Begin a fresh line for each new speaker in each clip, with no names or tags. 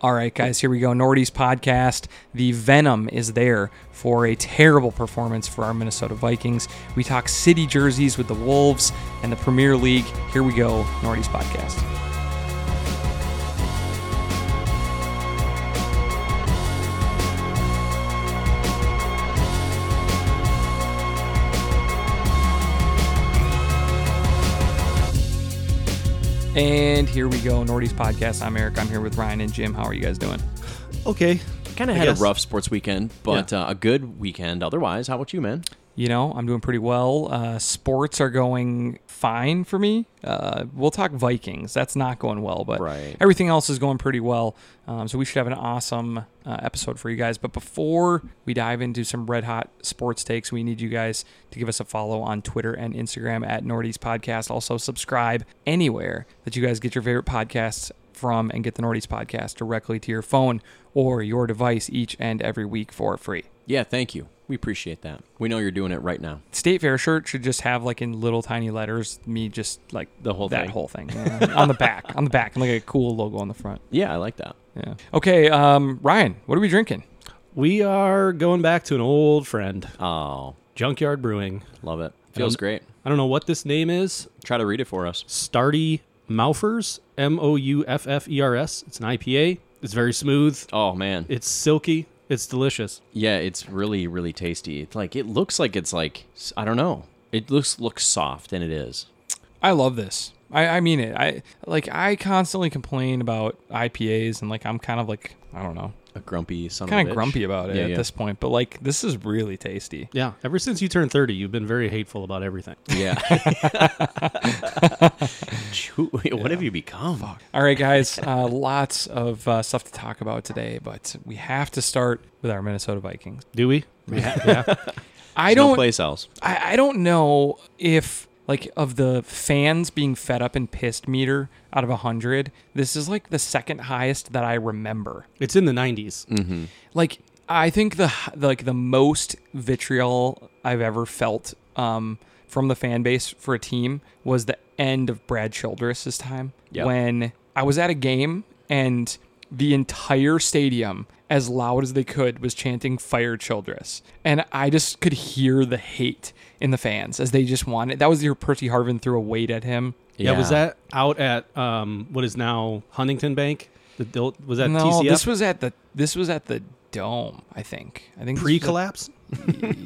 All right, guys, here we go. Nordy's podcast. The venom is there for a terrible performance for our Minnesota Vikings. We talk city jerseys with the Wolves and the Premier League. Here we go, Nordy's podcast. And here we go, Nordy's podcast. I'm Eric. I'm here with Ryan and Jim. How are you guys doing?
Okay.
Kind of
I
had a
guess.
rough sports weekend, but uh, a good weekend otherwise. How about you, man?
You know, I'm doing pretty well. Uh, sports are going fine for me. Uh, we'll talk Vikings. That's not going well, but
Right.
everything else is going pretty well. Um, so we should have an awesome uh, episode for you guys. But before we dive into some red hot sports takes, we need you guys to give us a follow on Twitter and Instagram at Nordy's Podcast. Also, subscribe anywhere that you guys get your favorite podcasts from and get the Nordy's Podcast directly to your phone or your device each and every week for free.
Yeah, thank you. We appreciate that. We know you're doing it right now.
state fair shirt should just have like in little tiny letters me just like
The whole
that
thing.
whole thing uh, on the back on the back and like a cool logo on the front
Yeah, I like that.
yeah okay um ryan what are we drinking
We are going back to an old friend,
Oh,
Junkyard Brewing.
love it. Feels
Um,
great.
I don't know what this name is.
Try to read it for us.
Stardy Maufers, M O U F F E R S. It's an IPA. It's very smooth.
Oh man,
It's silky. It's delicious.
yeah, it's really really tasty. It's like it looks like it's like s- I don't know. It looks looks soft, and it is.
i love this i i mean it i like i constantly complain about ipas and like i'm kind of like i don't know
A grumpy son. of a
kind of
bitch.
grumpy about it
Yeah,
at
yeah.
this point but like this is really tasty
Yeah. Ever since you turned 30, you've been very hateful about everything.
Yeah. Chew- What have you become?
all right guys uh, lots of uh, stuff to talk about today but we have to start with our minnesota vikings
Do we? Yeah. yeah.
i
There's
don't
no place else.
I, I don't know if like of the fans being fed up and pissed meter out of 100 this is like the second highest that i remember
It's in the 90s.
Mm-hmm.
like i think the h- like the most vitriol i've ever felt um from the fan base for a team was the end of brad childress's time
Yep.
when i was at a game and the entire stadium as loud as they could was chanting fire childress and i just could hear the hate in the fans as they just wanted that was your percy harvin threw a weight at him
Yeah. Was that out at um, what is now Huntington Bank? The, del- was that
no
TCF?
this was at the this was at the dome i think i think this was at-
pre-collapse?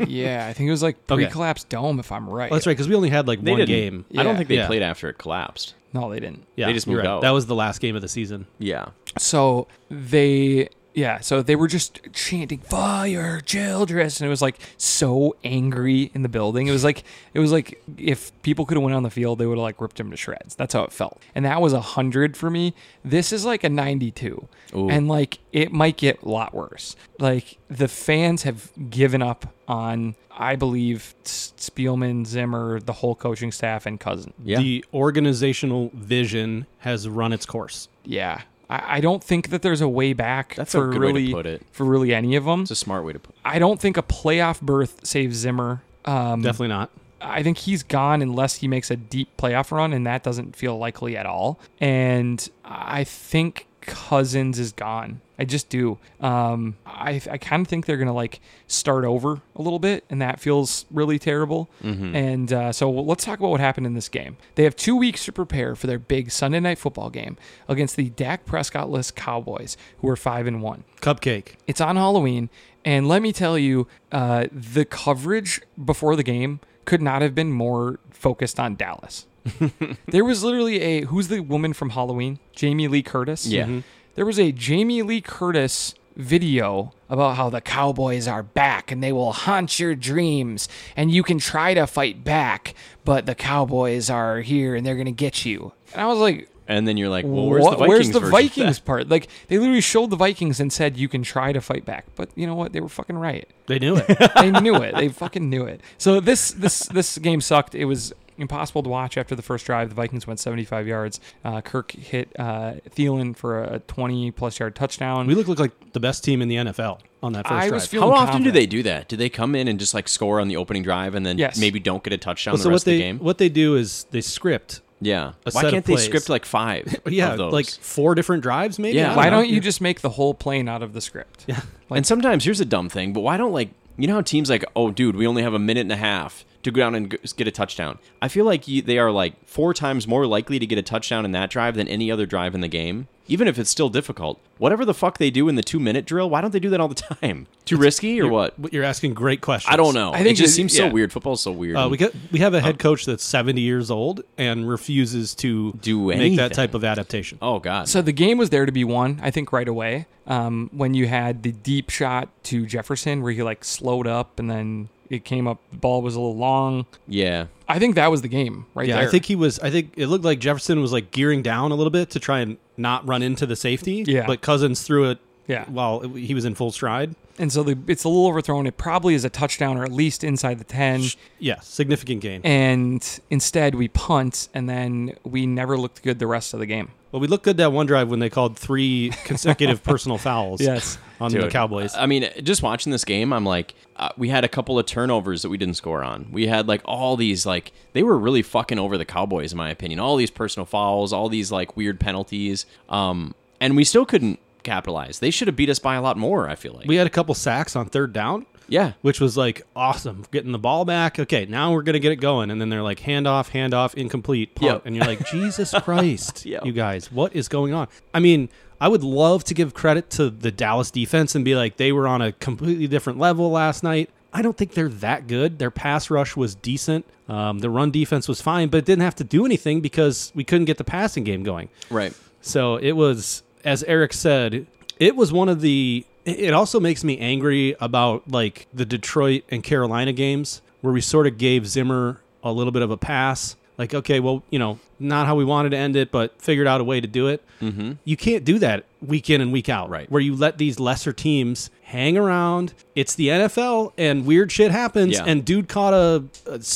yeah, I think it was like
Okay.
pre-collapse dome, if I'm right.
Oh, that's right, because we only had like
They
one
didn't-
game.
I don't
Yeah.
think they
Yeah.
played after it collapsed.
No, they didn't.
Yeah,
They just
you're
moved
right.
out.
That was the last game of the season.
Yeah.
So they, yeah, so they were just chanting "Fire Childress," and it was like so angry in the building. It was like it was like if people could have went on the field, they would have like ripped him to shreds. That's how it felt, and that was a hundred for me. This is like a ninety-two,
Ooh.
and like it might get a lot worse. Like the fans have given up on. I believe S- Spielman, Zimmer, the whole coaching staff, and Cousin.
Yeah.
The organizational vision has run its course.
yeah I, I don't think that there's a way back
That's a
for
good way to
really
put it.
for really any of them
it's a smart way to put.
i don't think a playoff berth saves zimmer
Mm.
um,
Definitely not.
i think he's gone unless he makes a deep playoff run and that doesn't feel likely at all and i think cousins is gone i just do um, i, I kind of think they're gonna like start over a little bit and that feels really terrible and uh, so let's talk about what happened in this game they have two weeks to prepare for their big sunday night football game against the dak prescott-less cowboys who are five and one
Cupcake.
it's on Halloween, and let me tell you, uh, the coverage before the game could not have been more focused on Dallas. there was literally a who's the woman from Halloween? Jamie Lee Curtis.
Yeah. Mhm.
There was a Jamie Lee Curtis video about how the Cowboys are back and they will haunt your dreams and you can try to fight back, but the Cowboys are here and they're going to get you. And I was like,
And then you're like, well, where's the
what-
Vikings?
where's the
version of
Vikings
that?
part? Like they literally showed the Vikings and said you can try to fight back, but you know what? They were fucking right.
They knew it.
They knew it. They fucking knew it. So this this this game sucked. It was impossible to watch after the first drive. The Vikings went 75 yards. Uh, Kirk hit uh, Thielen for a 20 plus yard touchdown.
we look, look like the best team in the NFL on that first
I
drive.
was
How
feeling
often do
confident.
they do that? Do they come in and just like score on the opening drive and then
Yes.
maybe don't get a touchdown
so
the
what
rest
they
of the game?
what they do is they script
Yeah.
A set
Why
of
can't they
plays.
script like five?
yeah,
of those?
like four different drives, maybe.
Yeah.
I don't
Why
know.
don't you just make the whole plane out of the script? Yeah.
and sometimes here's a dumb thing, but why don't like you know how teams like oh dude we only have a minute and a half to go down and g- get a touchdown. I feel like you, they are like four times more likely to get a touchdown in that drive than any other drive in the game, even if it's still difficult. Whatever the fuck they do in the two minute drill, why don't they do that all the time? Too risky or what?
But you're asking great questions.
I don't know.
I think
it just
it-
seems
yeah.
so weird. Football's so weird.
Uh, we got we have a head coach that's 70 years old and refuses to
Do
make that
anything.
type of adaptation.
oh god.
So the game was there to be won, I think, right away. Um, when you had the deep shot to Jefferson, where he like slowed up and then it came up, the ball was a little long.
yeah.
I think that was the game right
yeah,
there.
I think he was. I think it looked like Jefferson was like gearing down a little bit to try and not run into the safety.
Yeah.
but Cousins threw it.
Yeah.
while he was in full stride.
and so the, it's a little overthrown. It probably is a touchdown or at least inside the ten.
Yeah, significant gain.
And instead, we punt, and then we never looked good the rest of the game.
well, we looked good that one drive when they called three consecutive personal fouls.
Yes.
on the
Dude,
Cowboys.
I mean, just watching this game, I'm like, uh, we had a couple of turnovers that we didn't score on. We had like all these like they were really fucking over the Cowboys in my opinion. All these personal fouls, all these like weird penalties, um, and we still couldn't capitalize. They should have beat us by a lot more. I feel like.
we had a couple sacks on third down.
yeah.
which was like awesome getting the ball back okay now we're gonna get it going and then they're like handoff handoff incomplete punt
Yep.
and you're like jesus christ
Yep.
you guys what is going on i mean i would love to give credit to the dallas defense and be like they were on a completely different level last night i don't think they're that good their pass rush was decent um, the run defense was fine but it didn't have to do anything because we couldn't get the passing game going
Right.
so it was, as Eric said, it was one of the. It also makes me angry about like the Detroit and Carolina games where we sort of gave Zimmer a little bit of a pass. Like, okay, well, you know, not how we wanted to end it, but figured out a way to do it. Mm-hmm. You can't do that week in and week out,
Right.
Where you let these lesser teams hang around. It's the NFL, and weird shit happens.
Yeah.
And dude caught a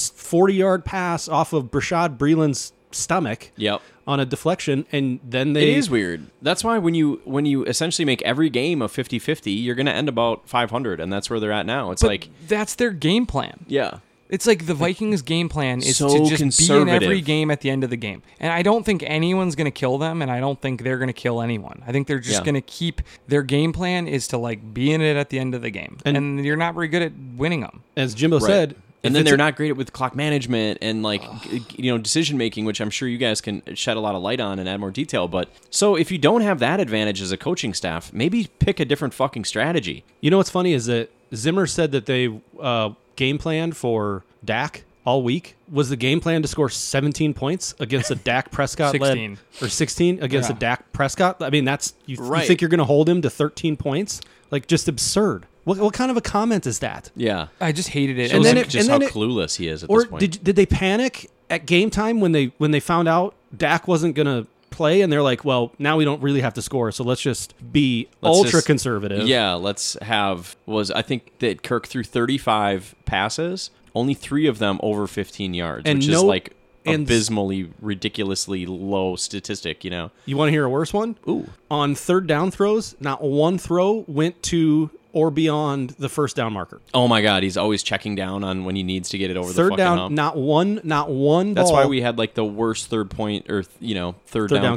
forty-yard pass off of Brashad Breeland's stomach
Yep.
on a deflection, and then
It
they
is weird. That's why when you when you essentially make every game a 50-50, you're going to end about 500 and that's where they're at now. It's
But
like
that's their game plan.
yeah.
It's like the Vikings' game plan is
So
to just be in every
conservative.
game at the end of the game. And I don't think anyone's going to kill them, and I don't think they're going to kill anyone. I think they're just
Yeah.
going to keep their game plan is to like be in it at the end of the game. And,
And-
you're not very good at winning them.
as Jimbo
Right.
said, if
and then
it's
they're
a-
not great at with clock management and like g- g- you know decision making, which I'm sure you guys can shed a lot of light on and add more detail. But so if you don't have that advantage as a coaching staff, maybe pick a different fucking strategy.
You know what's funny is that Zimmer said that they uh, game plan for Dak all week was the game plan to score 17 points against a Dak Prescott led
16.
or 16 against
Yeah.
a Dak Prescott. I mean, that's you, you
Right.
think you're going to hold him to 13 points? Like just absurd. What, what kind of a comment is that?
Yeah,
I just hated it.
and
then
it,
it-
just
and
how
then it-
clueless he is at
Or
this point.
did did they panic at game time when they when they found out Dak wasn't going to play and they're like, well, now we don't really have to score, so let's just be
Let's
ultra
just-
conservative.
yeah, let's have was I think that Kirk threw 35 passes, only three of them over 15 yards,
And
which is
no-
like
and-
abysmally, ridiculously low statistic. You know,
You want to hear a worse one?
Ooh.
On third down throws, not one throw went to or beyond the first down marker.
oh my god, he's always checking down on when he needs to get it over the
Third
fucking
down,
hump.
not one, not one.
That's
ball.
why we had like the worst third point or th- you know third,
Third
down,
down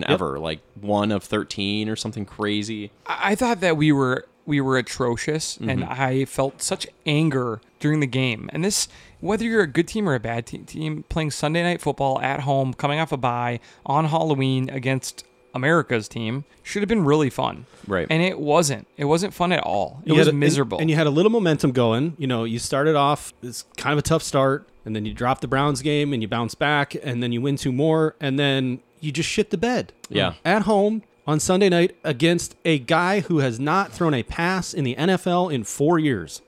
conversion, yep.
ever, like one of thirteen or something crazy.
I I thought that we were we were atrocious, and
Mm-hmm.
I felt such anger during the game. And this, whether you're a good team or a bad te- team, playing Sunday night football at home, coming off a bye on Halloween against America's team, should have been really fun.
Right.
And it wasn't. It wasn't fun at all. It
You
was
had a- and-
miserable.
And, you had a little momentum going. You know, you started off it's kind of a tough start, and then you drop the Browns game, and you bounce back, and then you win two more, and then you just shit the bed.
Yeah.
At home on Sunday night against a guy who has not thrown a pass in the NFL in four years.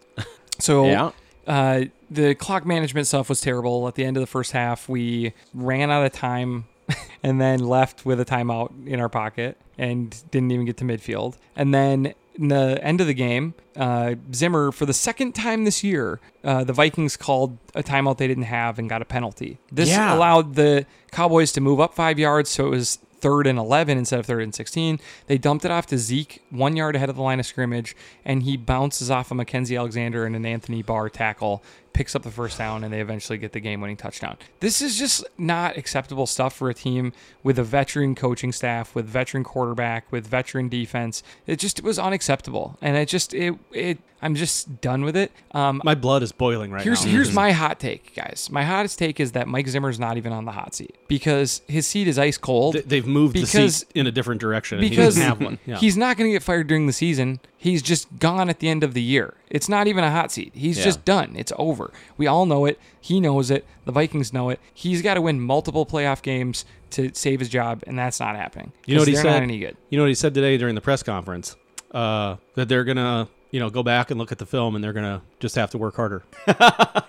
So
Yeah.
uh, the clock management stuff was terrible. At the end of the first half, we ran out of time and then left with a timeout in our pocket and didn't even get to midfield. And then in the end of the game, uh, Zimmer, for the second time this year, uh, the Vikings called a timeout they didn't have and got a penalty. This
Yeah.
allowed the Cowboys to move up five yards, so it was third and 11 instead of third and 16. They dumped it off to Zeke, one yard ahead of the line of scrimmage, and he bounces off a Mackenzie Alexander and an Anthony Barr tackle, picks up the first down and they eventually get the game winning touchdown. This is just not acceptable stuff for a team with a veteran coaching staff, with veteran quarterback, with veteran defense. It just was unacceptable. And it just it it I'm just done with it. Um
My blood is boiling right
here's
now.
here's my hot take, guys. My hottest take is that Mike Zimmer's not even on the hot seat because his seat is ice cold.
Th- They've moved the
because-
seat in a different direction. and
because
he doesn't have one. Yeah.
he's not going to get fired during the season. He's just gone at the end of the year. It's not even a hot seat. He's
Yeah.
just done. It's over. We all know it. He knows it. The Vikings know it. He's got to win multiple playoff games to save his job, and that's not happening.
You know what he
'Cause they're
said?
Not any good.
You know what he said today during the press conference? Uh, that they're gonna, you know, go back and look at the film, and they're gonna just have to work harder.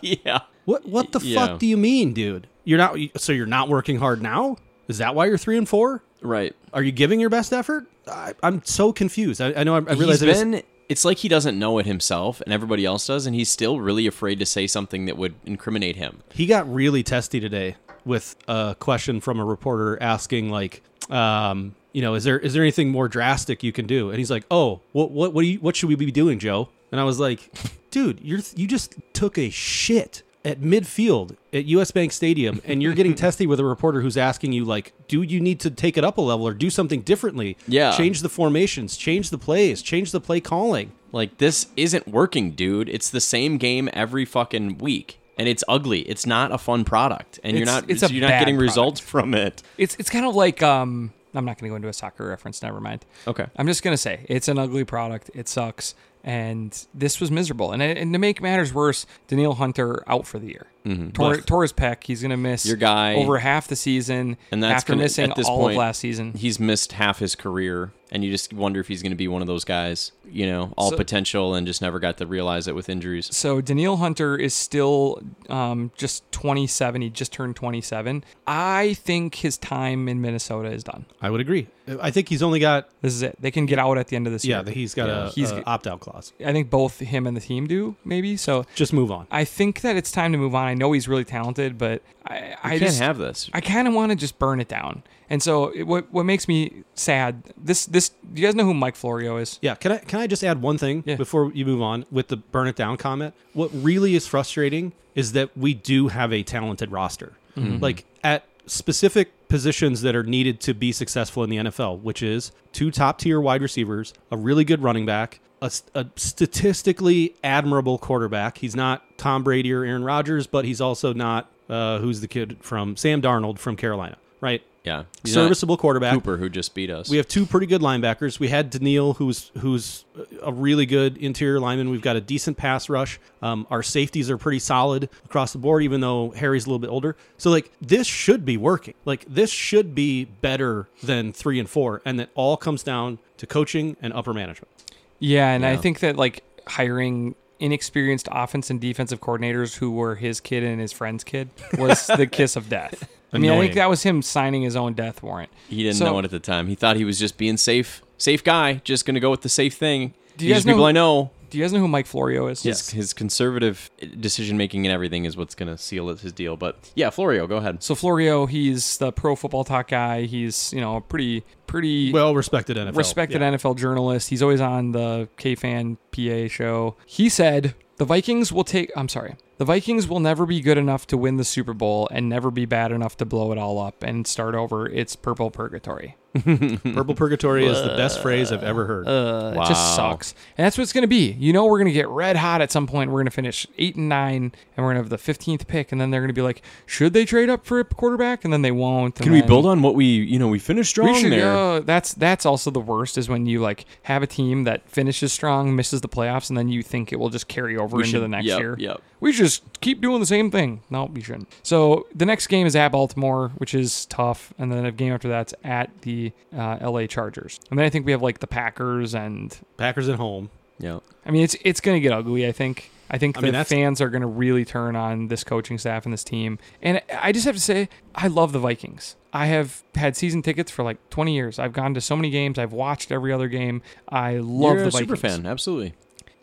yeah.
What What the
Yeah.
fuck do you mean, dude? You're not. So you're not working hard now? Is that why you're three and four?
Right.
Are you giving your best effort? I, I'm so confused. I, I know. I, I realize
He's
I just-
been. It's like he doesn't know it himself, and everybody else does, and he's still really afraid to say something that would incriminate him.
he got really testy today with a question from a reporter asking like um you know is there is there anything more drastic you can do and he's like oh what what what, do you, what should we be doing joe and i was like dude you're you just took a shit at midfield at US Bank Stadium and you're getting testy with a reporter who's asking you like do you need to take it up a level or do something differently
Yeah.
change the formations change the plays change the play calling
Like this isn't working, dude. It's the same game every fucking week, and it's ugly. It's not a fun product, and you're
It's-
not.
it's a
you're not
bad
getting
product.
results from it.
It's it's kind of like um I'm not going to go into a soccer reference. Never mind.
Okay.
I'm just gonna say it's an ugly product. It sucks, and this was miserable. And and to make matters worse, Daniil Hunter out for the year. Tor- Torres Peck, he's gonna miss
Mm-hmm. Your guy-
over half the season,
And that's
after
gonna-
missing
at this
all
point-
of last season.
He's missed half his career, and you just wonder if he's going to be one of those guys, you know, all
So-
potential, and just never got to realize it with injuries.
So Daniil Hunter is still um, just 27. He just turned 27. I think his time in Minnesota is done.
I would agree I think he's only got
This is it. They can get out at the end of this
yeah
year.
he's got a,
He's-
a opt out clause
I think both him and the team do maybe. So
just move on
I think that it's time to move on. I know he's really talented, but I, I
I can't
just
have this.
I kind of want to just burn it down. And so it, what what makes me sad this this do you guys know who Mike Florio is?
Yeah, can I can I just add one thing
Yeah.
before you move on with the burn it down comment? What really is frustrating is that we do have a talented roster.
Mm-hmm.
Like at specific positions that are needed to be successful in the NFL, which is two top tier wide receivers, a really good running back, a, s- a statistically admirable quarterback. He's not Tom Brady or Aaron Rodgers, but he's also not uh, who's the kid from Sam Darnold from Carolina, right?
Yeah, He's not
Serviceable quarterback.
Cooper who just beat us.
We have two pretty good linebackers. We had Daniil, who's who's a really good interior lineman. We've got a decent pass rush. Um, our safeties are pretty solid across the board, even though Harry's a little bit older. So like this should be working. Like this should be better than three and four, and that all comes down to coaching and upper management.
Yeah, and I
Yeah.
think that like hiring inexperienced offense and defensive coordinators who were his kid and his friend's kid was the kiss of death. I mean, I
Annoying.
think that was him signing his own death warrant.
he didn't
So-
know it at the time. He thought he was just being safe, safe guy, just going to go with the safe thing.
Do you
These
guys know
people
who-
I know,
Do you guys know who Mike Florio is?
his, his conservative decision making and everything is what's going to seal his deal. But yeah, Florio, go ahead.
So Florio, he's the pro football talk guy. He's, you know, a pretty pretty
Well respected NFL.
respected
Yeah.
NFL journalist. He's always on the KFan PA show. He said the Vikings will take. I'm sorry. The Vikings will never be good enough to win the Super Bowl and never be bad enough to blow it all up and start over. It's purple purgatory.
Purple Purgatory is the best phrase I've ever heard.
Uh, It just
Wow.
sucks. And that's what it's going to be. You know, we're going to get red hot at some point. We're going to finish eight and nine, and we're going to have the 15th pick. And then they're going to be like, should they trade up for a quarterback? And then they won't. and
Can we
then-
build on what we, you know, we finished strong
we should
there?
go. That's that's also the worst is when you like have a team that finishes strong, misses the playoffs, and then you think it will just carry over into
should-
the next
yep,
year.
yep.
We should just keep doing the same thing. No, you shouldn't. So the next game is at Baltimore, which is tough, and then a game after that's at the uh, L.A. Chargers, and then I think we have like the Packers, and
Packers at home.
Yeah.
I mean it's it's gonna get ugly. I think. I think
I
the
mean, that's-
fans are going to really turn on this coaching staff and this team. And I just have to say, I love the Vikings. I have had season tickets for like 20 years. I've gone to so many games. I've watched every other game. I love
You're
the
a super
Vikings.
fan, absolutely.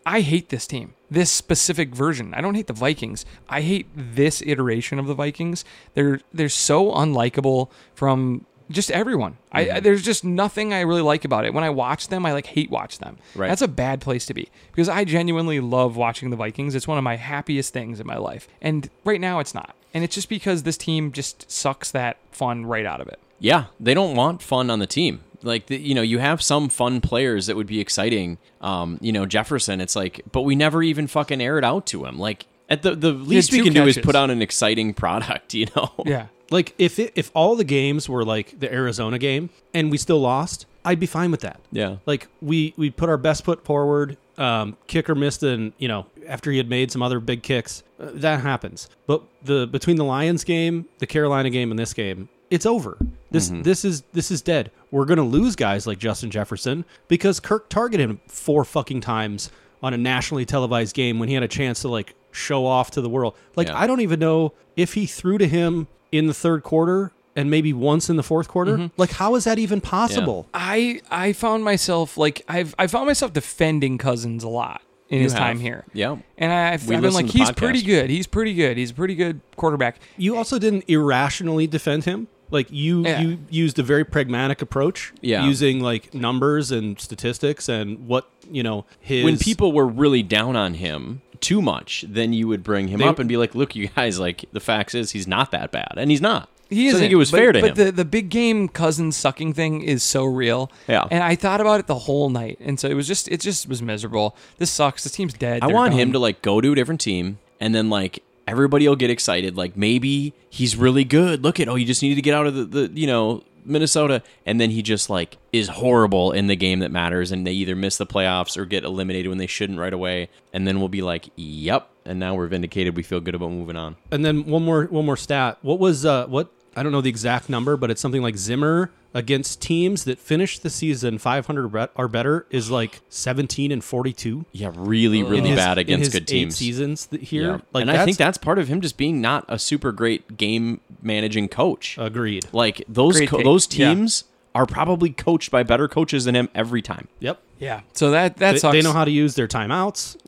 I hate this team, this specific version. I don't hate the Vikings. I hate this iteration of the Vikings. They're they're so unlikable from just everyone. I, I there's just nothing I really like about it. When I watch them, I like hate watch them.
Right.
That's a bad place to be because I genuinely love watching the Vikings. It's one of my happiest things in my life, and right now it's not. And it's just because this team just sucks that fun right out of it.
Yeah, they don't want fun on the team. Like the, you know, you have some fun players that would be exciting. Um, you know, Jefferson. It's like, but we never even fucking air it out to him. Like at the the least we
two
can do
catches.
is put out an exciting product. You know.
Yeah.
Like if it, if all the games were like the Arizona game and we still lost, I'd be fine with that.
Yeah.
Like we we put our best foot forward. Um, kicker missed, and you know after he had made some other big kicks, uh, that happens. But the between the Lions game, the Carolina game, and this game, it's over. This
Mm-hmm.
this is this is dead. We're gonna lose guys like Justin Jefferson because Kirk targeted him four fucking times on a nationally televised game when he had a chance to like show off to the world. Like
Yeah.
I don't even know if he threw to him in the third quarter and maybe once in the fourth quarter.
Mm-hmm.
Like how is that even possible?
I I found myself like I've I found myself defending Cousins a lot in his
have.
time here.
Yeah.
And I've,
We
I've been
listen
like,
to
he's
podcasts."
pretty good. He's pretty good. He's a pretty good quarterback.
Eh.
You also didn't irrationally defend him. Like you,
Yeah.
you used a very pragmatic approach,
Yeah.
using like numbers and statistics and what you know his
when people were really down on him too much, then you would bring him up and be like, "Look, you guys, like the facts is he's not that bad, and he's not."
He is.
So I think it was fair to
but
him.
But the, the big game cousin sucking thing is so real.
Yeah.
And I thought about it the whole night, and so it was just it just was miserable. This sucks. This team's dead.
I want him to like go to a different team, and then like everybody will get excited. Like maybe he's really good. Look at oh, you just needed to get out of the, the you know Minnesota, and then he just like is horrible in the game that matters, and they either miss the playoffs or get eliminated when they shouldn't right away, and then we'll be like, "Yep," and now we're vindicated. We feel good about moving on.
And then one more one more stat. What was uh what I don't know the exact number, but it's something like Zimmer against teams that finish the season 500 bet- or better is like 17 and 42.
Yeah, really,
In
really
his-
bad
in
against
his
good teams.
Eight seasons th- here,
Yeah.
like
and I think that's part of him just being not a super great game managing coach.
agreed.
like those
Great
co-
take.
those
Yeah.
teams are probably coached by better coaches than him every time.
Yep,
Yeah. So that that
they,
sucks.
they know how to use their timeouts.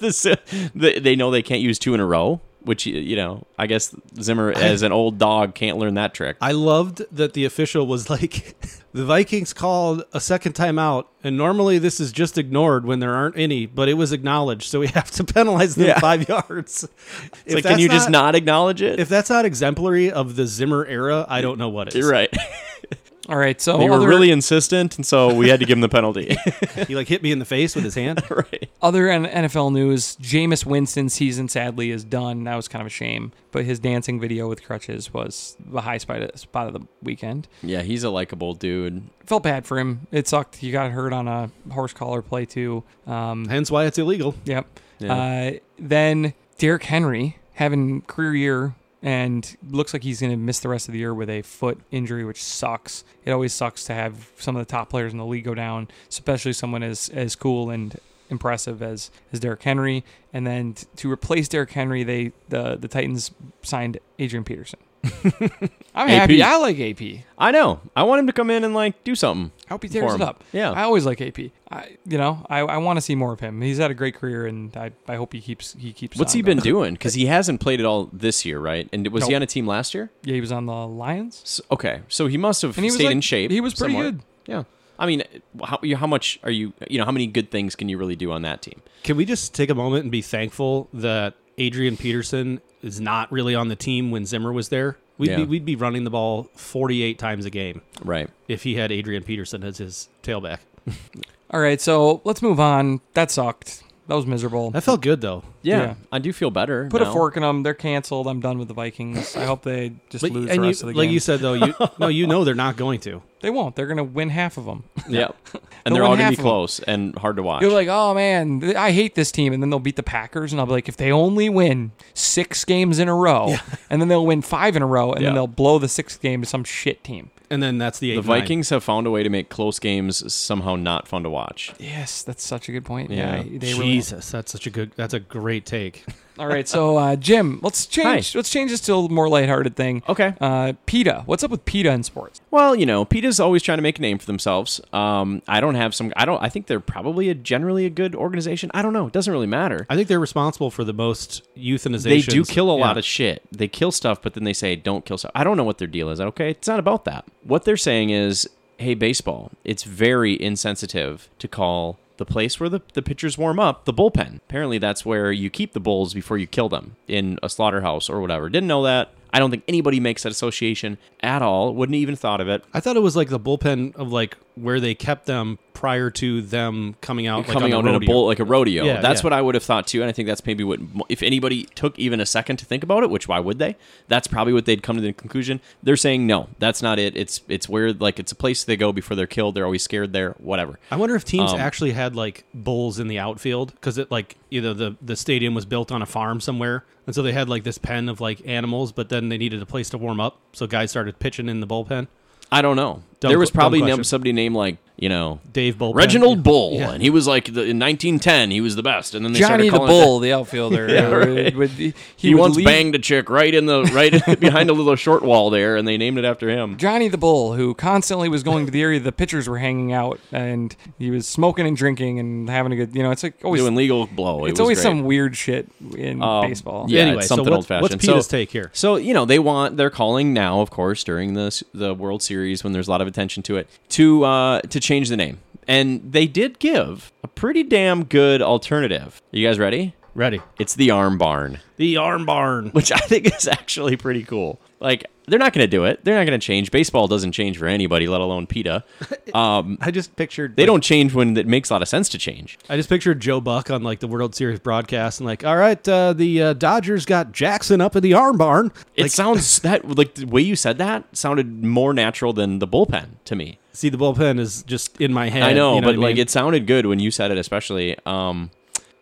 This- they they know they can't use two in a row, which y- you know, I guess Zimmer as an old dog can't learn that trick.
I loved that the official was like, the Vikings called a second timeout, and normally this is just ignored when there aren't any, but it was acknowledged, so we have to penalize them
Yeah.
five yards. If
it's like, can you just
not?
not acknowledge it?
If that's not exemplary of the Zimmer era, I don't know what is.
You're right.
All right. So
They were
other,
really insistent, and so we had to give him the penalty.
He like hit me in the face with his hand.
right.
other N- NFL news: Jameis Winston's season sadly is done. That was kind of a shame. But his dancing video with crutches was the high spot spot of the weekend.
Yeah, he's a likable dude.
Felt bad for him. It sucked. He got hurt on a horse collar play too. Um,
Hence why it's illegal.
Yep.
Yeah.
Uh, then Derrick Henry having career year and looks like he's going to miss the rest of the year with a foot injury, which sucks. It always sucks to have some of the top players in the league go down, especially someone as as cool and impressive as as Derrick Henry. And then t- to replace Derrick Henry, they the the Titans signed Adrian Peterson. I'm
AP.
happy. I like AP.
I know. I want him to come in and like do something.
I hope he tears
for
it
him. Oh.
up.
Yeah.
I always like AP. I, you know, I, I want to see more of him. He's had a great career, and I, I hope he keeps he keeps.
What's
on
he been
going.
doing? Because he hasn't played at all this year, right? And was he
Nope.
on a team last year?
Yeah, he was on the Lions.
So, okay, so he must have
And he was
stayed in
like-
shape.
he was pretty
somewhat.
good.
Yeah, I mean, how you- how much are you? You know, how many good things can you really do on that team?
Can we just take a moment and be thankful that Adrian Peterson is not really on the team when Zimmer was there? We'd, be,
Yeah.
we'd be running the ball 48 times a game
Right.
if he had Adrian Peterson as his tailback.
All right, so let's move on. That sucked. That was miserable.
That felt good though.
Yeah,
Yeah.
I do feel better.
Put a
now.
fork in them. They're canceled. I'm done with the Vikings. I hope they just
But-
lose the
and
rest
you,
of the
like
game.
you said though, you no, you know they're not going to.
they won't. They're gonna win half of them.
Yeah,
They'll
and they're all
win
gonna
half
be
of them.
close and hard to watch.
You're like, oh man, th- I hate this team, and then they'll beat the Packers, and I'll be like, if they only win six games in a row, and then they'll win five in a row, and
Yeah.
then they'll blow the sixth game to some shit team.
And then that's the eight
the
and nine.
Vikings have found a way to make close games somehow not fun to watch.
Yes, that's such a good point. Yeah,
Yeah.
they really-
Jesus, that's such a good. That's a great great take.
All right, so uh, Jim, let's change.
Hi.
Let's change this to a more lighthearted thing.
Okay.
Uh, PETA. What's up with PETA in sports?
Well, you know, PETA's always trying to make a name for themselves. Um, I don't have some. I don't. I think they're probably a generally a good organization. I don't know. It doesn't really matter.
I think they're responsible for the most euthanizations.
They do kill a
Yeah.
lot of shit. They kill stuff, but then they say don't kill stuff. I don't know what their deal is. Okay, it's not about that. What they're saying is, hey, baseball. It's very insensitive to call the place where the, the pitchers warm up the bullpen. Apparently, that's where you keep the bulls before you kill them in a slaughterhouse or whatever. Didn't know that. I don't think anybody makes that association at all. Wouldn't even thought of it.
I thought it was like the bullpen of like where they kept them prior to them coming out. like,
coming
on
out
the
in a
rodeo.
bull like a rodeo.
Yeah,
that's
yeah.
what I would have thought too, and I think that's maybe what if anybody took even a second to think about it, which why would they? That's probably what they'd come to the conclusion. They're saying no, that's not it. It's it's where like it's a place they go before they're killed. They're always scared there. Whatever.
I wonder if teams
Um,
actually had like bulls in the outfield because it like you know the the stadium was built on a farm somewhere, and so they had like this pen of like animals, but then they needed a place to warm up, so guys started pitching in the bullpen.
I don't know.
Dumb
there was
qu- dumb
probably
question.
name, somebody named like you know
Dave Bullpen.
Reginald Bull,
Yeah.
and he was like the, in 1910 he was the best, and then they
Johnny
started
the
calling it that.
Bull, the outfielder. would- would- he
He,
would
once
lead-
banged a chick right in the right behind a little short wall there, and they named it after him.
Johnny the Bull, who constantly was going to the area the pitchers were hanging out, and he was smoking and drinking and having a good. You know, it's like always.
Doing legal blow. It
it's
was
always
great. Um,
some weird shit in baseball.
Yeah,
Anyway,
it's
so
something
what's-
old fashioned.
what's Peter's take here?
So you know they want they're calling now, of course, during the the World Series when there's a lot of attention to it to uh, to change the name, and they did give a pretty damn good alternative. You guys ready?
Ready.
It's the Arm Barn,
The arm barn.
which I think is actually pretty cool. Like they're not going to do it. They're not going to change. Baseball doesn't change for anybody, let alone PETA. Um,
I just pictured
they don't change when it makes a lot of sense to change.
I just pictured Joe Buck on like the World Series broadcast and like, all right, uh, the uh, Dodgers got Jackson up in the arm barn.
It
Like,
sounds that like the way you said that sounded more natural than the bullpen to me.
see, the bullpen is just in my head.
I know,
you
but
what I
like
mean?
it sounded good when you said it, especially. Um,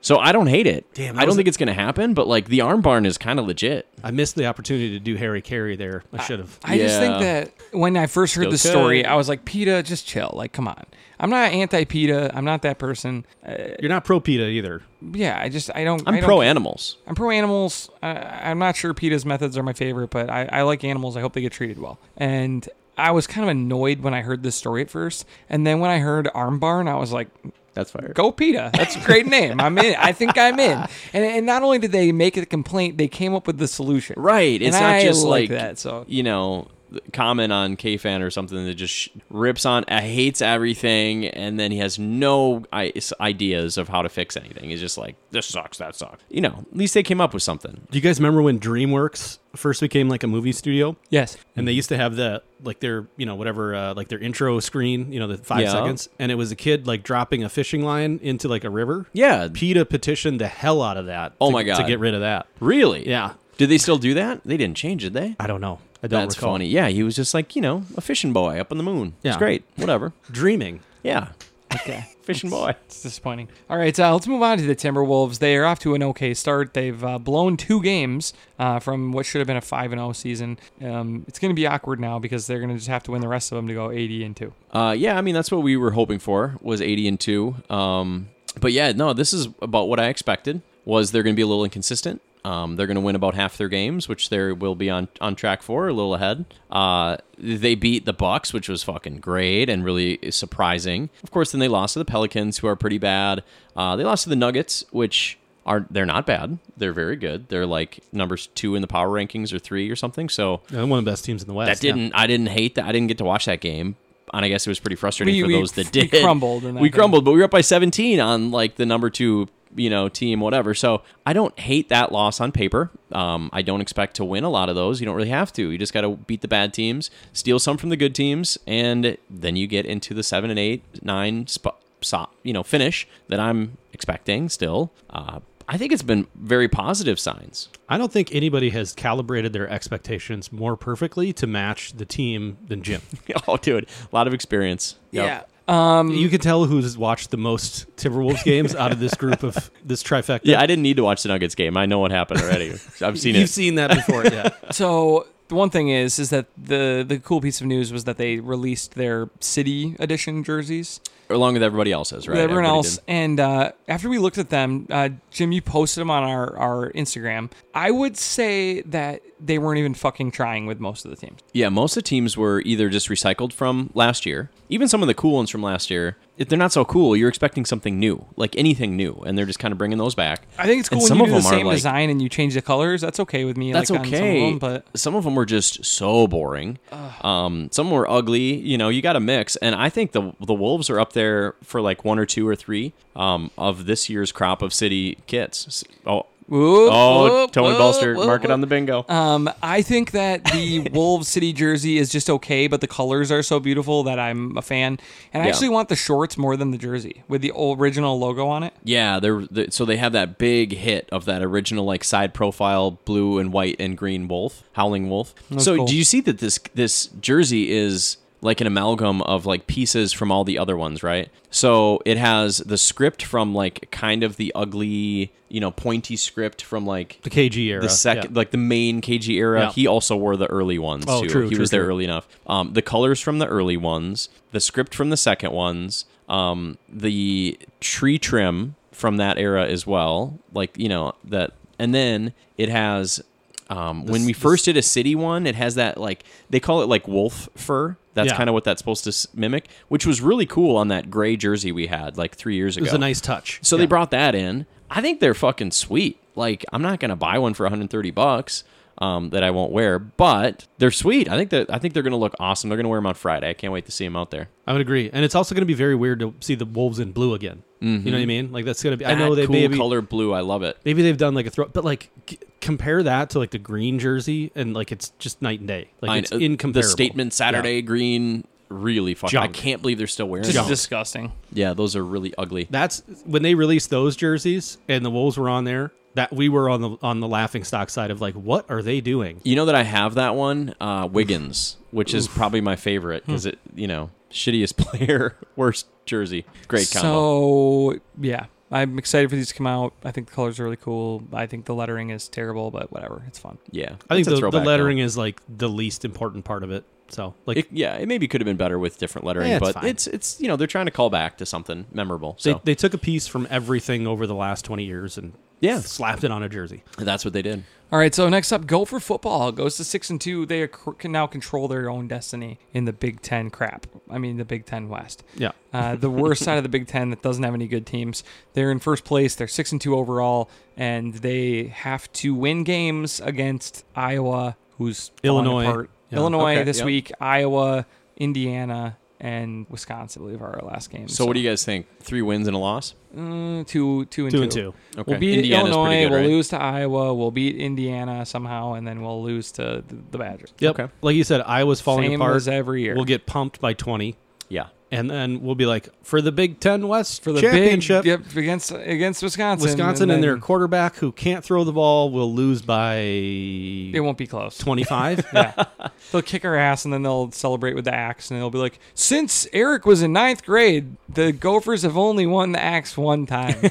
so I don't hate it.
Damn, that
I don't
was-
think it's gonna happen. But like the arm barn is kind of legit.
I missed the opportunity to do Harry Carey there. I should have.
I just think
Yeah.
that when I first heard
Still
the story,
could.
I was like, PETA, just chill. Like, come on. I'm not anti PETA. I'm not that person. Uh,
You're not pro PETA either.
yeah, I just, I don't. I
I'm
don't
pro
care.
animals.
I'm pro animals. I, I'm not sure PETA's methods are my favorite, but I, I like animals. I hope they get treated well. And I was kind of annoyed when I heard this story at first. And then when I heard Arm Barn, I was like,
That's fire.
go PETA. That's a great name. I'm in. I think I'm in. And, and not only did they make a complaint, they came up with the solution.
Right. It's
And
not
I
just
like
like,
that, so-
you know comment on KFan or something that just sh- rips on uh, hates everything and then he has no i- s- ideas of how to fix anything. He's just like this sucks, that sucks. You know, at least they came up with something.
Do you guys remember when DreamWorks first became like a movie studio?
Yes.
And they
Mm-hmm.
used to have the like their you know whatever uh, like their intro screen you know the five
Yeah.
seconds and it was a kid like dropping a fishing line into like a river.
Yeah.
PETA petitioned the hell out of that.
Oh
to-
my
to
God.
get rid of that.
Really?
Yeah.
Did they still do that? They didn't change, did they?
I don't know. I don't
That's
recall.
funny. Yeah, he was just like, you know, a fishing boy up on the moon. It's
Yeah.
great. Whatever.
Dreaming.
Yeah.
Okay.
Fishing boy.
It's disappointing. All right, uh, let's move on to the Timberwolves. They are off to an okay start. They've uh, blown two games uh, from what should have been a five and zero season. Um, it's going to be awkward now because they're going to just have to win the rest of them to go eighty and two.
Uh, yeah, I mean that's what we were hoping for was 80 and 2. Um, but yeah, no, this is about what I expected. Was they're going to be a little inconsistent. Um, they're going to win about half their games, which they will be on on track for, a little ahead. Uh, they beat the Bucks, which was fucking great and really surprising. Of course, then they lost to the Pelicans, who are pretty bad. Uh, they lost to the Nuggets, which are they're not bad. They're very good. They're like numbers two in the power rankings or three or something. So
Yeah, Uh, one of the best teams in the West.
that didn't I didn't hate that I didn't get to watch that game. And I guess it was pretty frustrating
We-
for
we-
those that
we
did.
crumbled in that
we
game.
crumbled, but we were up by 17 on like the number two, you know, team, whatever. So I don't hate that loss on paper. Um, I don't expect to win a lot of those. You don't really have to. You just got to beat the bad teams, steal some from the good teams, and then you get into the seven and eight, nine spot, so, you know, finish that I'm expecting still. Uh, I think it's been very positive signs.
I don't think anybody has calibrated their expectations more perfectly to match the team than Jim.
oh, dude, a lot of experience. Yep. Mm.
you can tell who's watched the most Timberwolves games out of this group of this trifecta.
Yeah, I didn't need to watch the Nuggets game. I know what happened already. I've seen
You've
it.
seen that before. Yeah.
So the one thing is, is that the the cool piece of news was that they released their city edition jerseys.
along with everybody else is, right?
with everyone
Everybody
else.
did.
And uh, after we looked at them, uh, Jim, you posted them on our, our Instagram. I would say that they weren't even fucking trying with most of the teams.
Yeah, most of the teams were either just recycled from last year. Even some of the cool ones from last year, if they're not so cool, you're expecting something new, like anything new, and they're just kind of bringing those back.
I think it's cool
And
when
some
you
of
do the
them are
same
like-
design and you change the colors. That's okay with me.
That's
like, on
okay,
some of them, but
some of them were just so boring. Um, some were ugly. You know, you got a mix, and I think the the wolves are up there for like one or two or three um, of this year's crop of city kits. S- Oh,
Whoop,
oh,
whoop,
Tony
whoop,
Belster,
whoop,
mark it
whoop.
on the bingo.
Um, I think that the Wolves City jersey is just okay, but the colors are so beautiful that I'm a fan. And I
Yeah.
actually want the shorts more than the jersey with the original logo on it.
Yeah, they're, they so they have that big hit of that original like side profile blue and white and green wolf, howling wolf. so
cool.
do you see that this this jersey is like an amalgam of like pieces from all the other ones, right? So it has the script from like kind of the ugly, you know, pointy script from like
The KG era.
the second
yeah.
like the main KG era.
Yeah.
He also wore the early ones
Oh,
too.
true,
he
true,
was there
true.
early enough. Um, the colors from the early ones, the script from the second ones, um, the tree trim from that era as well. Like you know that, and then it has. Um, when we first did a city one, it has that like they call it like wolf fur. That's
Yeah.
kind of what that's supposed to s- mimic, which was really cool on that gray jersey we had like three years ago.
It was a nice touch.
So
Yeah.
they brought that in. I think they're fucking sweet. Like I'm not gonna buy one for 130 bucks um, that I won't wear, but they're sweet. I think that I think they're gonna look awesome. They're gonna wear them on Friday. I can't wait to see them out there.
I would agree, and it's also going to be very weird to see the wolves in blue again. You know what I mean? Like that's going to be. I know
Mm-hmm. That
they
cool
maybe
color blue. I love it.
maybe they've done like a throw, but like c- compare that to like the green jersey, and like it's just night and day. Like
I-
it's
uh,
incomparable.
The statement Saturday green really fucking. I
Junk.
can't believe they're still wearing
Just
them.
disgusting.
yeah, those are really ugly.
That's when they released those jerseys, and the wolves were on there. That we were on the on the laughing stock side of like, what are they doing?
You know that I have that one, uh, Wiggins, which is probably my favorite
Hmm.
because it, you know, shittiest player, worst jersey, great combo.
So yeah, I'm excited for these to come out. I think the colors are really cool. I think the lettering is terrible, but whatever, it's fun.
yeah,
I think
it's
the,
a
the
throwback, though.
lettering is like the least important part of it. So like
It, yeah, it maybe could have been better with different lettering,
Eh, it's
but
fine.
it's it's you know they're trying to call back to something memorable.
they,
So
they took a piece from everything over the last twenty years and
Yeah.
slapped it on a jersey.
that's what they did.
All right, so next up, Gopher football goes to six and two. They are, can now control their own destiny in the Big Ten crap. I mean, the Big Ten West.
Yeah.
Uh, the worst side of the Big Ten that doesn't have any good teams. They're in first place. They're six and two overall, and they have to win games against Iowa, who's falling
Illinois.
apart.
Yeah.
Illinois
Okay,
this
yeah.
week, Iowa, Indiana, and Wisconsin. I believe are our last games.
So what do you guys think? Three wins and a loss.
Mm, two, two and
Two
two.
and two.
Okay,
We'll beat
Indiana's
Illinois.
pretty good,
we'll
right?
lose to Iowa. We'll beat Indiana somehow, and then we'll lose to the, the Badgers.
Yep.
Okay.
Like you said, Iowa's falling
Same
apart.
as every year.
We'll get pumped by twenty,
Yeah,
and then we'll be like for the Big Ten West
for the
championship.
big yep, against against Wisconsin.
Wisconsin and, their
then
quarterback who can't throw the ball will lose by
it won't be close.
25.
yeah. They'll kick our ass and then they'll celebrate with the axe and they'll be like, since Eric was in ninth grade, the Gophers have only won the axe one time.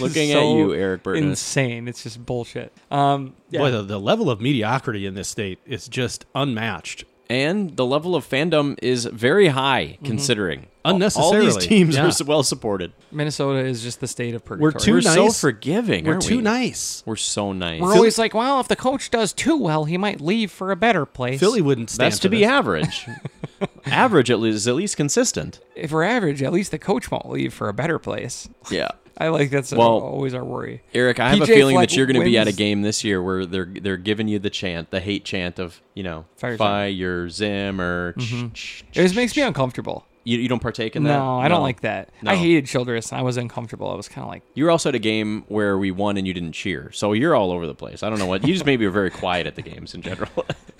looking
So
at you, Eric Burton.
Insane. It's just bullshit. Um, yeah.
Boy, the, the level of mediocrity in this state is just unmatched.
and the level of fandom is very high considering All- All
Unnecessarily,
these teams
yeah.
are s- well supported.
Minnesota is just the state of purgatory.
We're too
we're so
nice.
forgiving.
We're
aren't
too
we?
nice.
We're so nice.
We're always like, well, if the coach does too well, he might leave for a better place.
Philly wouldn't stand
that's
for
to be
this.
average. average at least is at least consistent.
If we're average, at least the coach won't leave for a better place.
Yeah.
I like that's
Well-
always our worry.
Eric, I have a
PJ
feeling
Fleck
that you're going to be at a
wins-
game this year where they're they're giving you the chant, the hate chant of you know
Fire Mm-hmm.
fire, Zimmer. ch- ch-
It just
ch-
makes me uncomfortable.
You, you don't partake in that.
No, I don't like that. I
No.
hated Childress and I was uncomfortable. I was kind of like,
You were also at a game where we won and you didn't cheer, so you're all over the place. I don't know what you just maybe are very quiet at the games in general.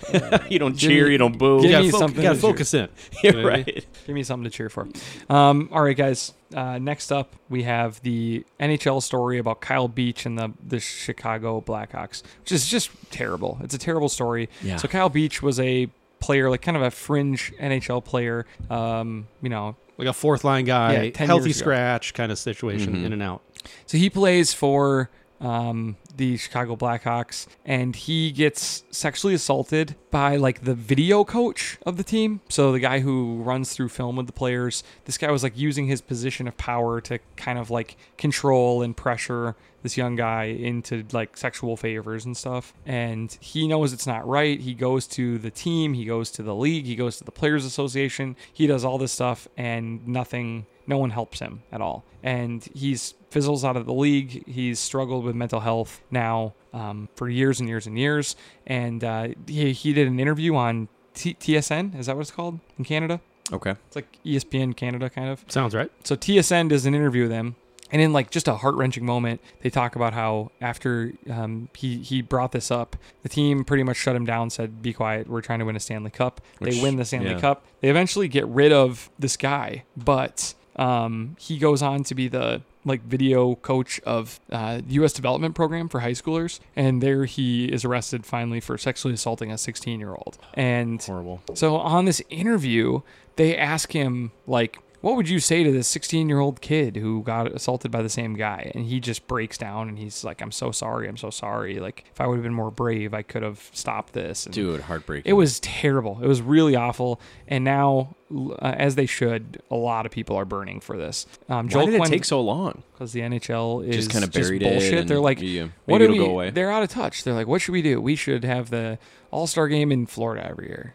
you don't cheer,
me-
you don't boo.
give
You
me
gotta, fo-
something
you gotta
to
focus in.
Yeah,
You know what I mean?
right.
Give me something to cheer for. Um, all right, guys. Uh, next up, we have the NHL story about Kyle Beach and the, the Chicago Blackhawks, which is just terrible. It's a terrible story.
Yeah.
So Kyle Beach was a player, like kind of a fringe NHL player. Um, you know,
Like a fourth line guy,
Yeah, 10
healthy
years ago. Mm-hmm.
scratch kind of situation, in and out.
so he plays for um, the Chicago Blackhawks, and he gets sexually assaulted by like the video coach of the team. So the guy who runs through film with the players, this guy was like using his position of power to kind of like control and pressure this young guy into like sexual favors and stuff. And he knows it's not right. He goes to the team, he goes to the league, he goes to the players association. He does all this stuff and nothing no one helps him at all. And he's fizzles out of the league. He's struggled with mental health now um, for years and years and years. And uh, he, he did an interview on T- TSN, is that what it's called in Canada?
Okay.
It's like E ESPN Canada, kind of.
Sounds right.
So TSN does an interview with him. And in like just a heart wrenching moment, they talk about how after um, he he brought this up, the team pretty much shut him down. Said, "Be quiet. We're trying to win a Stanley Cup."
Which-
they win the Stanley
yeah.
Cup. They eventually get rid of this guy, but um, he goes on to be the like video coach of uh, U.S. development program for high schoolers, and there he is arrested finally for sexually assaulting a 16 year old. And
Horrible.
so on this interview, they ask him like, "What would you say to this 16-year-old kid who got assaulted by the same guy?" And he just breaks down and he's like, "I'm so sorry. I'm so sorry. Like if I would have been more brave, I could have stopped this." And
Dude, heartbreaking.
it was terrible. It was really awful. And now, l- uh, as they should, a lot of people are burning for this. Um,
Why
Joel
did it
Quinn-
take so long?
because the NHL is
Just
just
kinda
kind of
buried it
bullshit.
and
They're like,
yeah, maybe
what do
it'll
we?
go away.
They're out of touch. They're like, what should we do? We should have the All Star Game in Florida every year.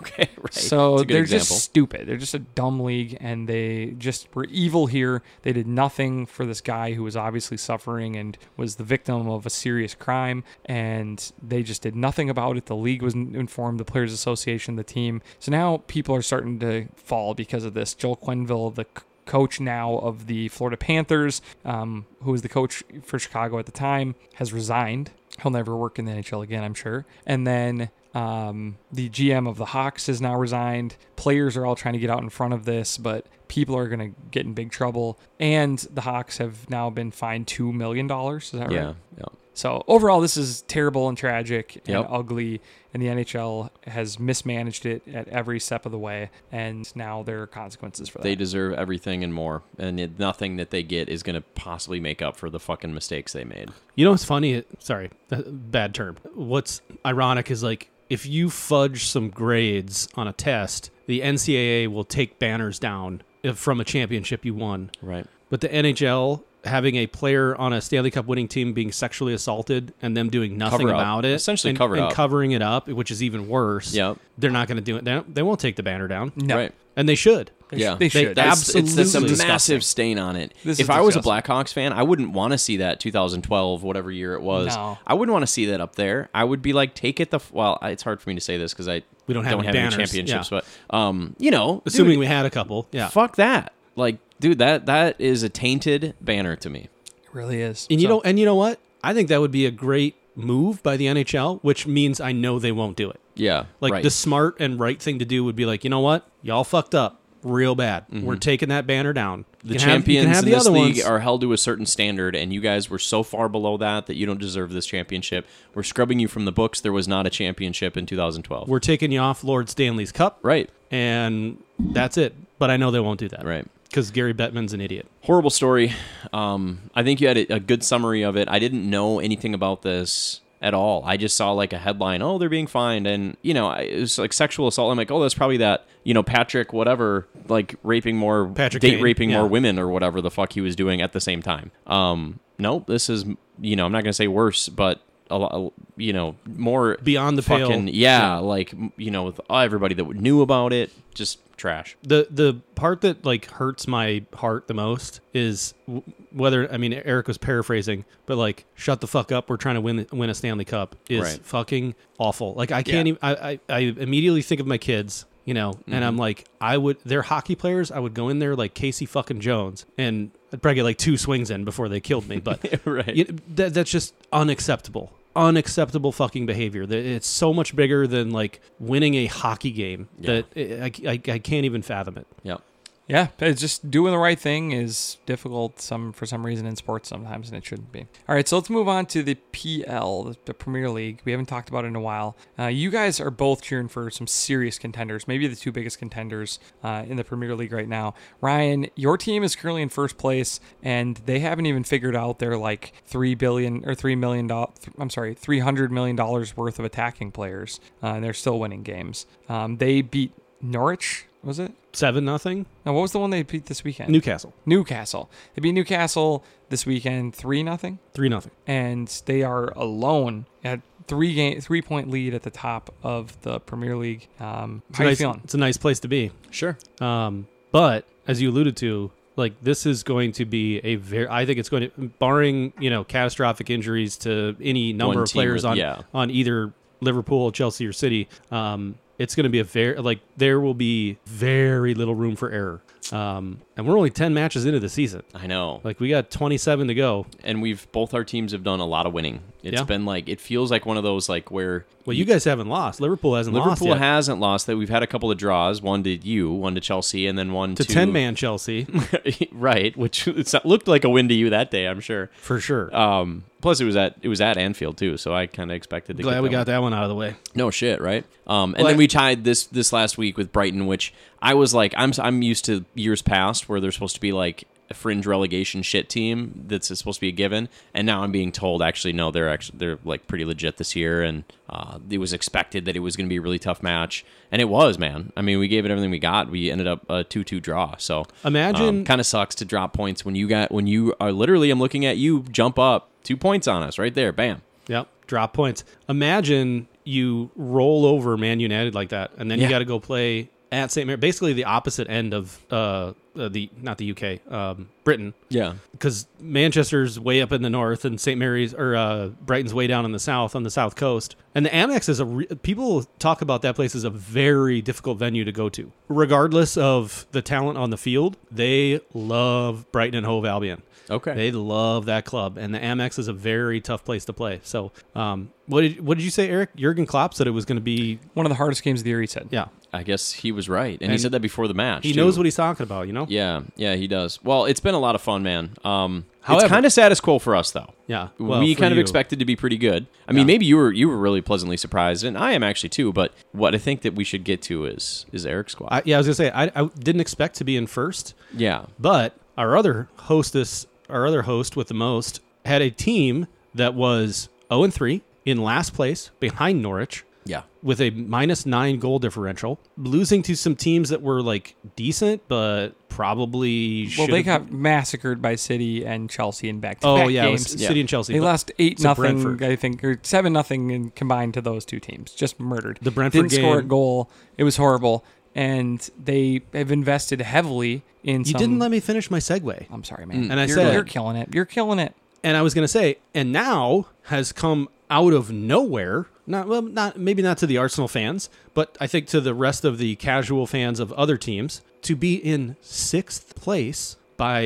Okay, right.
So
It's a good
they're
example.
just stupid. They're just a dumb league, and they just were evil here. They did nothing for this guy who was obviously suffering and was the victim of a serious crime, and they just did nothing about it. The league was n- informed, the Players Association, the team. So now people are starting to fall because of this. Joel Quenville, the c- coach now of the Florida Panthers, um, who was the coach for Chicago at the time, has resigned. He'll never work in the NHL again, I'm sure. And then um, the GM of the Hawks has now resigned. Players are all trying to get out in front of this, but people are going to get in big trouble. And the Hawks have now been fined $2 million. Is that
yeah,
right?
yeah.
So overall, this is terrible and tragic and
Yep.
ugly, and the NHL has mismanaged it at every step of the way, and now there are consequences for that.
They deserve everything and more, and it, nothing that they get is going to possibly make up for the fucking mistakes they made.
You know what's funny? Sorry, bad term. What's ironic is like if you fudge some grades on a test, the NCAA will take banners down if- from a championship you won.
Right.
But the NHL having a player on a Stanley Cup winning team being sexually assaulted and them doing nothing
Cover up.
about it,
Essentially
and,
cover
and
up.
covering it up, which is even worse.
Yep.
they're not going to do it. They, don't- they won't take the banner down,
no,
Right.
and they should.
They sh-
Yeah.
they
They-
should.
that-
That's, it's, that's a
Absolutely disgusting.
massive stain on it.
This
if
is
I was a
disgusting.
Blackhawks fan, I wouldn't want to see that 2012, whatever year it was.
No.
I wouldn't want to see that up there. I would be like, take it the. F- well, it's hard for me to say this because I
We don't have any banners.
championships,
Yeah.
but um, you know, dude,
Assuming we had a couple, yeah.
fuck that. Like, dude, that that is a tainted banner to me.
It really is.
And you
So-
know, and you know what? I think that would be a great move by the NHL, which means I know they won't do it.
Yeah.
Like
right.
the smart and right thing to do would be like, you know what? Y'all fucked up real bad. We're taking that banner down.
Mm-hmm. The
You can have- you
champions
can have
in
the
this
other
league
ones.
are held to a certain standard, and you guys were so far below that that you don't deserve this championship. We're scrubbing you from the books. There was not a championship in 2012.
We're taking you off Lord Stanley's cup,
right,
and that's it. But I know they won't do that,
right.
Because Gary Bettman's an idiot.
Horrible story. Um, I think you had a, a good summary of it. I didn't know anything about this at all. I just saw like a headline, oh, they're being fined, and you know, I- it was like sexual assault. I'm like, oh, that's probably that, you know, Patrick, whatever, like raping more,
Patrick
date
Kane,
raping
yeah.
more women or whatever the fuck he was doing at the same time. Um, nope, this is, you know, I'm not gonna say worse, but a lot, you know, more
Beyond the pale.
fucking yeah, like m- you know, with everybody that knew about it, just trash.
the the part that like hurts my heart the most is w- whether I mean Eric was paraphrasing, but like shut the fuck up, we're trying to win win a Stanley Cup is
Right.
fucking awful. Like I can't
Yeah. Mm-hmm.
even I, I I immediately think of my kids, you know, and I'm like I would they're hockey players, I would go in there like Casey fucking Jones and I'd probably get like two swings in before they killed me, but
right.
you- that, that's just unacceptable unacceptable fucking behavior That- it's so much bigger than like winning a hockey game
Yeah.
that I, I, I can't even fathom it
Yeah.
Yeah, it's just doing the right thing is difficult some for some reason in sports sometimes, and it shouldn't be. All right, so let's move on to the PL, the- the Premier League. We haven't talked about it in a while. Uh, you guys are both cheering for some serious contenders, maybe the two biggest contenders uh, in the Premier League right now. Ryan, your team is currently in first place, and they haven't even figured out their like three billion or three million dollars. I'm sorry, three hundred million dollars worth of attacking players, uh, and they're still winning games. Um, they beat Norwich. Was it?
Seven nothing.
Now, what was the one they beat this weekend?
Newcastle.
Newcastle. They beat Newcastle this weekend, three nothing,
Three nothing.
and they are alone at three game, three point lead at the top of the Premier League. Um,
It's
how
a
you
nice,
feeling?
It's a nice place to be.
Sure.
Um, but as you alluded to, like this is going to be a very. I think it's going to, barring you know catastrophic injuries to any number
One
of
team
players
with-
on
yeah.
on either Liverpool, Chelsea, or City. Um, it's going to be a very like there will be very little room for error. Um, and we're only ten matches into the season.
I know.
Like we got twenty seven to go.
and we've both our teams have done a lot of winning. It's
Yeah.
been like it feels like one of those like where
Well, you guys haven't lost. Liverpool hasn't lost
Liverpool
yet.
hasn't lost that. We've had a couple of draws, one to you, one to Chelsea, and then one
to
to,
ten man Chelsea
right? Which it's, it looked like a win to you that day, I'm sure.
for sure.
Um, plus, it was at it was at Anfield too, so I kind of expected. To
Glad
get
we
that
got that one out of the way.
No shit, right? Um, and
Well,
then
I-
we tied this this last week with Brighton, which I was like, I'm I'm used to years past where they're supposed to be like a fringe relegation shit team that's supposed to be a given, and now I'm being told actually no, they're actually they're like pretty legit this year, and uh, it was expected that it was going to be a really tough match, and it was, man. I mean, we gave it everything we got. We ended up a two two draw, so
Imagine-
kind of sucks to drop points when you got when you are literally I'm looking at you jump up two points on us right there, bam.
Yep, drop points. Imagine you roll over Man United like that, and then you
Yeah.
got to go play at St. Mary, basically the opposite end of uh, uh, the not the UK, um, Britain,
Yeah,
because Manchester's way up in the north, and St. Mary's or uh, Brighton's way down in the south on the south coast. And the Amex is a re- people talk about that place as a very difficult venue to go to, regardless of the talent on the field. They love Brighton and Hove Albion.
okay.
They love that club, and the Amex is a very tough place to play. So, um, what did what did you say, Eric? Jurgen Klopp said it was going to be.
One of the hardest games of the year, he said.
Yeah,
I guess he was right, and, he
And
said that before the match.
he
too.
knows what he's talking about. You know.
Yeah, yeah, he does. Well, it's been a lot of fun, man. Um,
However-
it's kind of status quo for us, though.
Yeah, well,
we
for
kind of
you.
expected to be pretty good. I mean, maybe you were you were really pleasantly surprised, and I am actually too. But what I think that we should get to is is Eric's squad.
I, yeah, I was gonna say I, I didn't expect to be in first,
yeah,
but our other hostess, our other host with the most, had a team that was zero and three in last place behind Norwich.
yeah,
with a minus nine goal differential, losing to some teams that were like decent, but probably
Well, they
should've-
got massacred by City and Chelsea in back to
oh
back
yeah, it was
games.
yeah.
City and Chelsea.
They
but-
lost eight
to
nothing,
Brentford.
I think, or seven nothing, in combined to those two teams, just murdered.
The Brentford
didn't score a
game-
goal. It was horrible, and they have invested heavily in.
You
some,
didn't let me finish my segue.
I'm sorry, man.
Mm. And I
you're,
said-
you're killing it. You're killing it.
And I was going to say, and now has come out of nowhere. Not well, not maybe not to the Arsenal fans, but I think to the rest of the casual fans of other teams to be in sixth place by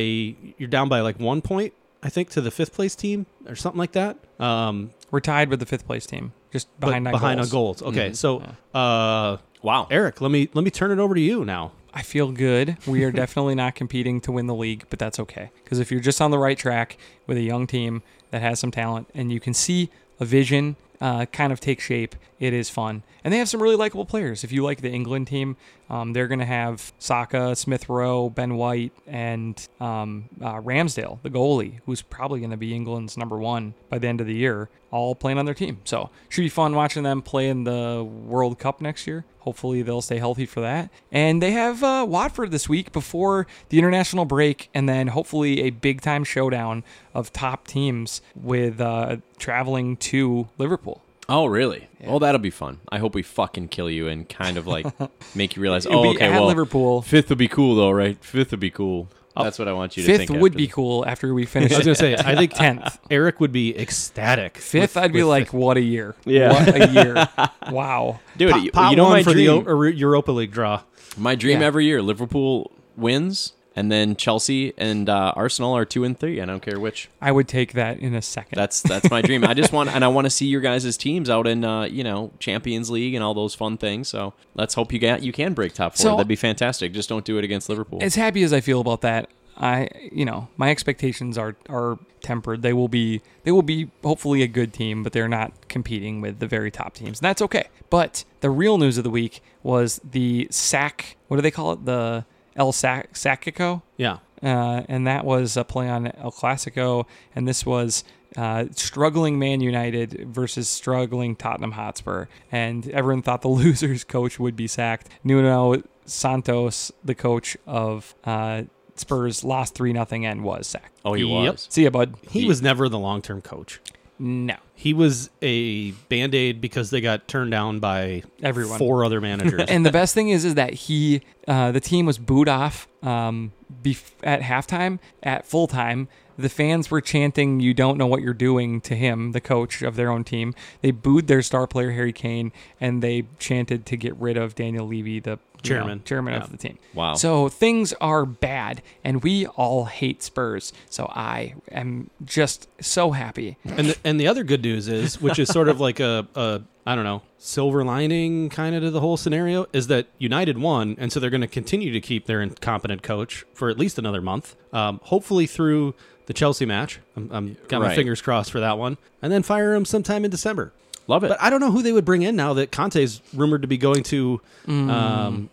you're down by like one point, I think, to the fifth place team or something like that. Um,
We're tied with the fifth place team, just
but
behind nine
behind
goals.
on goals. Okay, so uh,
wow.
Eric, let me let me turn it over to you now.
I feel good. We are definitely not competing to win the league, but that's okay. Because if you're just on the right track with a young team that has some talent and you can see a vision uh, kind of take shape, it is fun. And they have some really likable players. If you like the England team, um, they're going to have Saka, Smith Rowe, Ben White, and um, uh, Ramsdale, the goalie, who's probably going to be England's number one by the end of the year, all playing on their team. So should be fun watching them play in the World Cup next year. Hopefully they'll stay healthy for that. And they have uh, Watford this week before the international break, and then hopefully a big time showdown of top teams with uh, traveling to Liverpool.
Oh, really? Well, that'll be fun. I hope we fucking kill you and kind of like make you realize.
It'll
Oh,
be
okay.
at
Well,
Liverpool.
fifth would be cool though, right? Fifth would be cool. That's what I want you to
Fifth
think.
would
after
be
this.
cool after we finish.
I was gonna say, I think
tenth.
Eric would be ecstatic.
Fifth,
with-
I'd be
with
like,
fifth.
what a year!
Yeah.
what a year! wow.
dude.
pot,
you-
pot
you know
one
my
for
dream.
the O- or Europa League draw.
My dream
Yeah.
every year, Liverpool wins, and then Chelsea and uh, Arsenal are two and three. I don't care which.
I would take that in a second.
That's that's my dream. I just want and I want to see your guys' teams out in uh, you know Champions League and all those fun things. So let's hope you get you can break top four.
So-
That'd be fantastic. Just don't do it against Liverpool.
as happy as I feel about that, I you know my expectations are are tempered. They will be they will be hopefully a good team, but they're not competing with the very top teams. And that's okay. But the real news of the week was the sack. What do they call it? The El Sac Sackico.
Yeah.
Uh, and that was a play on El Clasico, and this was uh, struggling Man United versus struggling Tottenham Hotspur. And everyone thought the losers' coach would be sacked. Nuno Santos, the coach of uh, Spurs, lost three nothing and was sacked.
oh, he
Yep.
was.
See ya, bud.
He was never the long term coach.
No,
He was a band aid because they got turned down by
Everyone.
four other managers.
and the best thing is is that he uh, the team was booed off um, bef- at halftime at full time the fans were chanting you don't know what you're doing to him the coach of their own team they booed their star player harry kane and they chanted to get rid of daniel levy the you know,
Chairman.
chairman
Yeah.
of the team
Wow.
so things are bad and we all hate spurs so i am just so happy
And the, and the other good news is, which is sort of like a, a I don't know, silver lining kind of to the whole scenario, is that United won, and so they're going to continue to keep their incompetent coach for at least another month, um, hopefully through the Chelsea match. I'm, I'm got my
Right.
fingers crossed for that one, and then fire him sometime in December.
Love it.
But I don't know who they would bring in now that Conte's rumored to be going to um,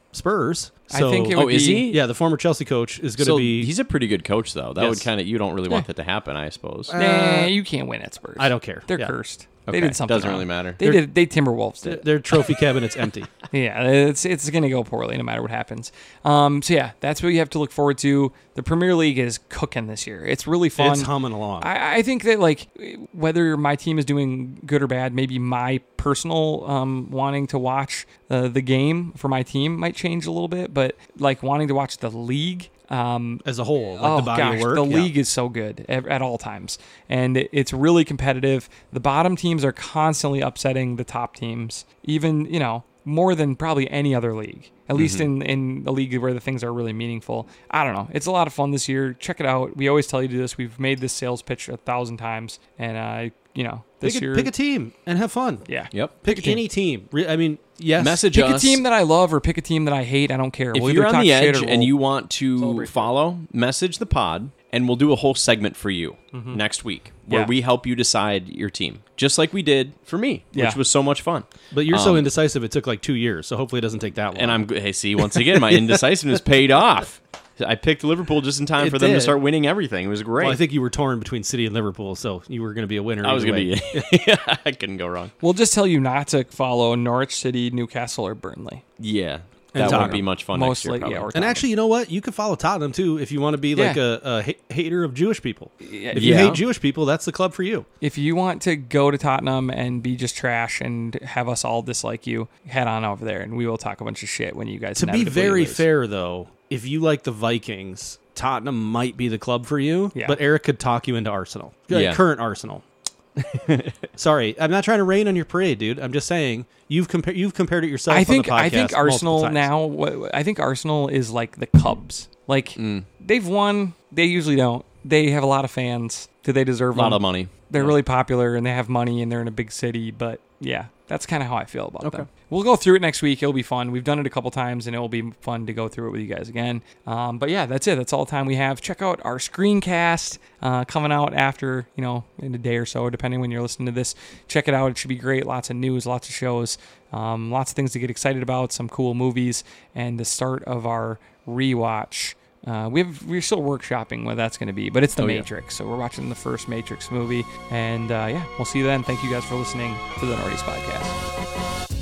Mm.
Spurs.
I
So,
think it
Oh,
would
is
be-
he?
yeah, the former Chelsea coach is going to
so
be.
he's a pretty good coach though. That would
Yes.
kind of you don't really want that to happen, I suppose.
Uh, nah, you can't win at spurs
I don't care.
they're
Yeah.
cursed
Okay,
they did something
doesn't really
wrong.
matter.
they did they timberwolves did
Their trophy cabinet's empty.
Yeah, it's it's gonna go poorly no matter what happens. Um, so yeah, that's what you have to look forward to. The Premier League is cooking this year. It's really fun.
It's humming along.
I, I think that like whether my team is doing good or bad, maybe my personal um, wanting to watch uh, the game for my team might change a little bit, but like wanting to watch the league. Um,
as a whole, like
oh
the body
gosh,
of work.
the
yeah.
league is so good at, at all times, and it- it's really competitive. The bottom teams are constantly upsetting the top teams, even you know more than probably any other league. At least
Mm-hmm.
in in a league where the things are really meaningful. I don't know. It's a lot of fun this year. Check it out. We always tell you to do this. We've made this sales pitch a thousand times, and I you know this
pick, a,
year
pick a team and have fun.
yeah
Yep.
Pick any team. Re- I mean, yes.
Message
Pick a
us.
team that I love or pick a team that I hate. I don't care.
if
We'll either
you're on
talk
the
shit
edge
or
and
we'll-
you want to
celebrate.
follow, message the pod, and we'll do a whole segment for you next week where
Yeah.
we help you decide your team, just like we did for me,
Yeah.
which was so much fun.
But you're
Um,
so indecisive. It took like two years, so hopefully it doesn't take that long.
And I'm hey, see once again, my indecisiveness paid off. I picked Liverpool just in time
It
for them
did.
to start winning everything. It was great.
well, I think you were torn between City and Liverpool, so you were going to be a winner.
I was
either
gonna
way.
be. yeah, I couldn't go wrong.
we'll just tell you not to follow Norwich City, Newcastle, or Burnley.
Yeah,
And
that won't
Tottenham.
be much fun
Most
next year.
like- yeah,
probably.
or
And actually, you know what? You could follow Tottenham too if you want to be like
Yeah.
a, a ha- hater of Jewish people. If you
Yeah.
hate Jewish people, that's the club for you.
If you want to go to Tottenham and be just trash and have us all dislike you, head on over there and we will talk a bunch of shit when you guys
To be
inevitably
very
lose.
fair, though, if you like the Vikings, Tottenham might be the club for you.
Yeah.
But Eric could talk you into Arsenal, Like,
Yeah.
current Arsenal. Sorry, I'm not trying to rain on your parade, dude. I'm just saying you've compared you've compared it yourself.
I
on
think
the podcast
I think
multiple
Arsenal
times.
now. wh- I think Arsenal is like the Cubs. Like
Mm.
they've won. They usually don't. They have a lot of fans. Do they deserve
a lot
them?
of money.
They're really popular and they have money and they're in a big city. But yeah, that's kind of how I feel about them. We'll go through it next week. It'll be fun. We've done it a couple times and it'll be fun to go through it with you guys again. Um, but yeah, that's it. That's all the time we have. Check out our screencast uh, coming out after, you know, in a day or so, depending when you're listening to this. Check it out. It should be great. Lots of news, lots of shows, um, lots of things to get excited about, some cool movies, and the start of our rewatch. Uh, we have we're still workshopping what that's going to be, but it's the
Oh, yeah.
Matrix. So we're watching the first Matrix movie, and uh, yeah, we'll see you then. Thank you guys for listening to the Nordies podcast.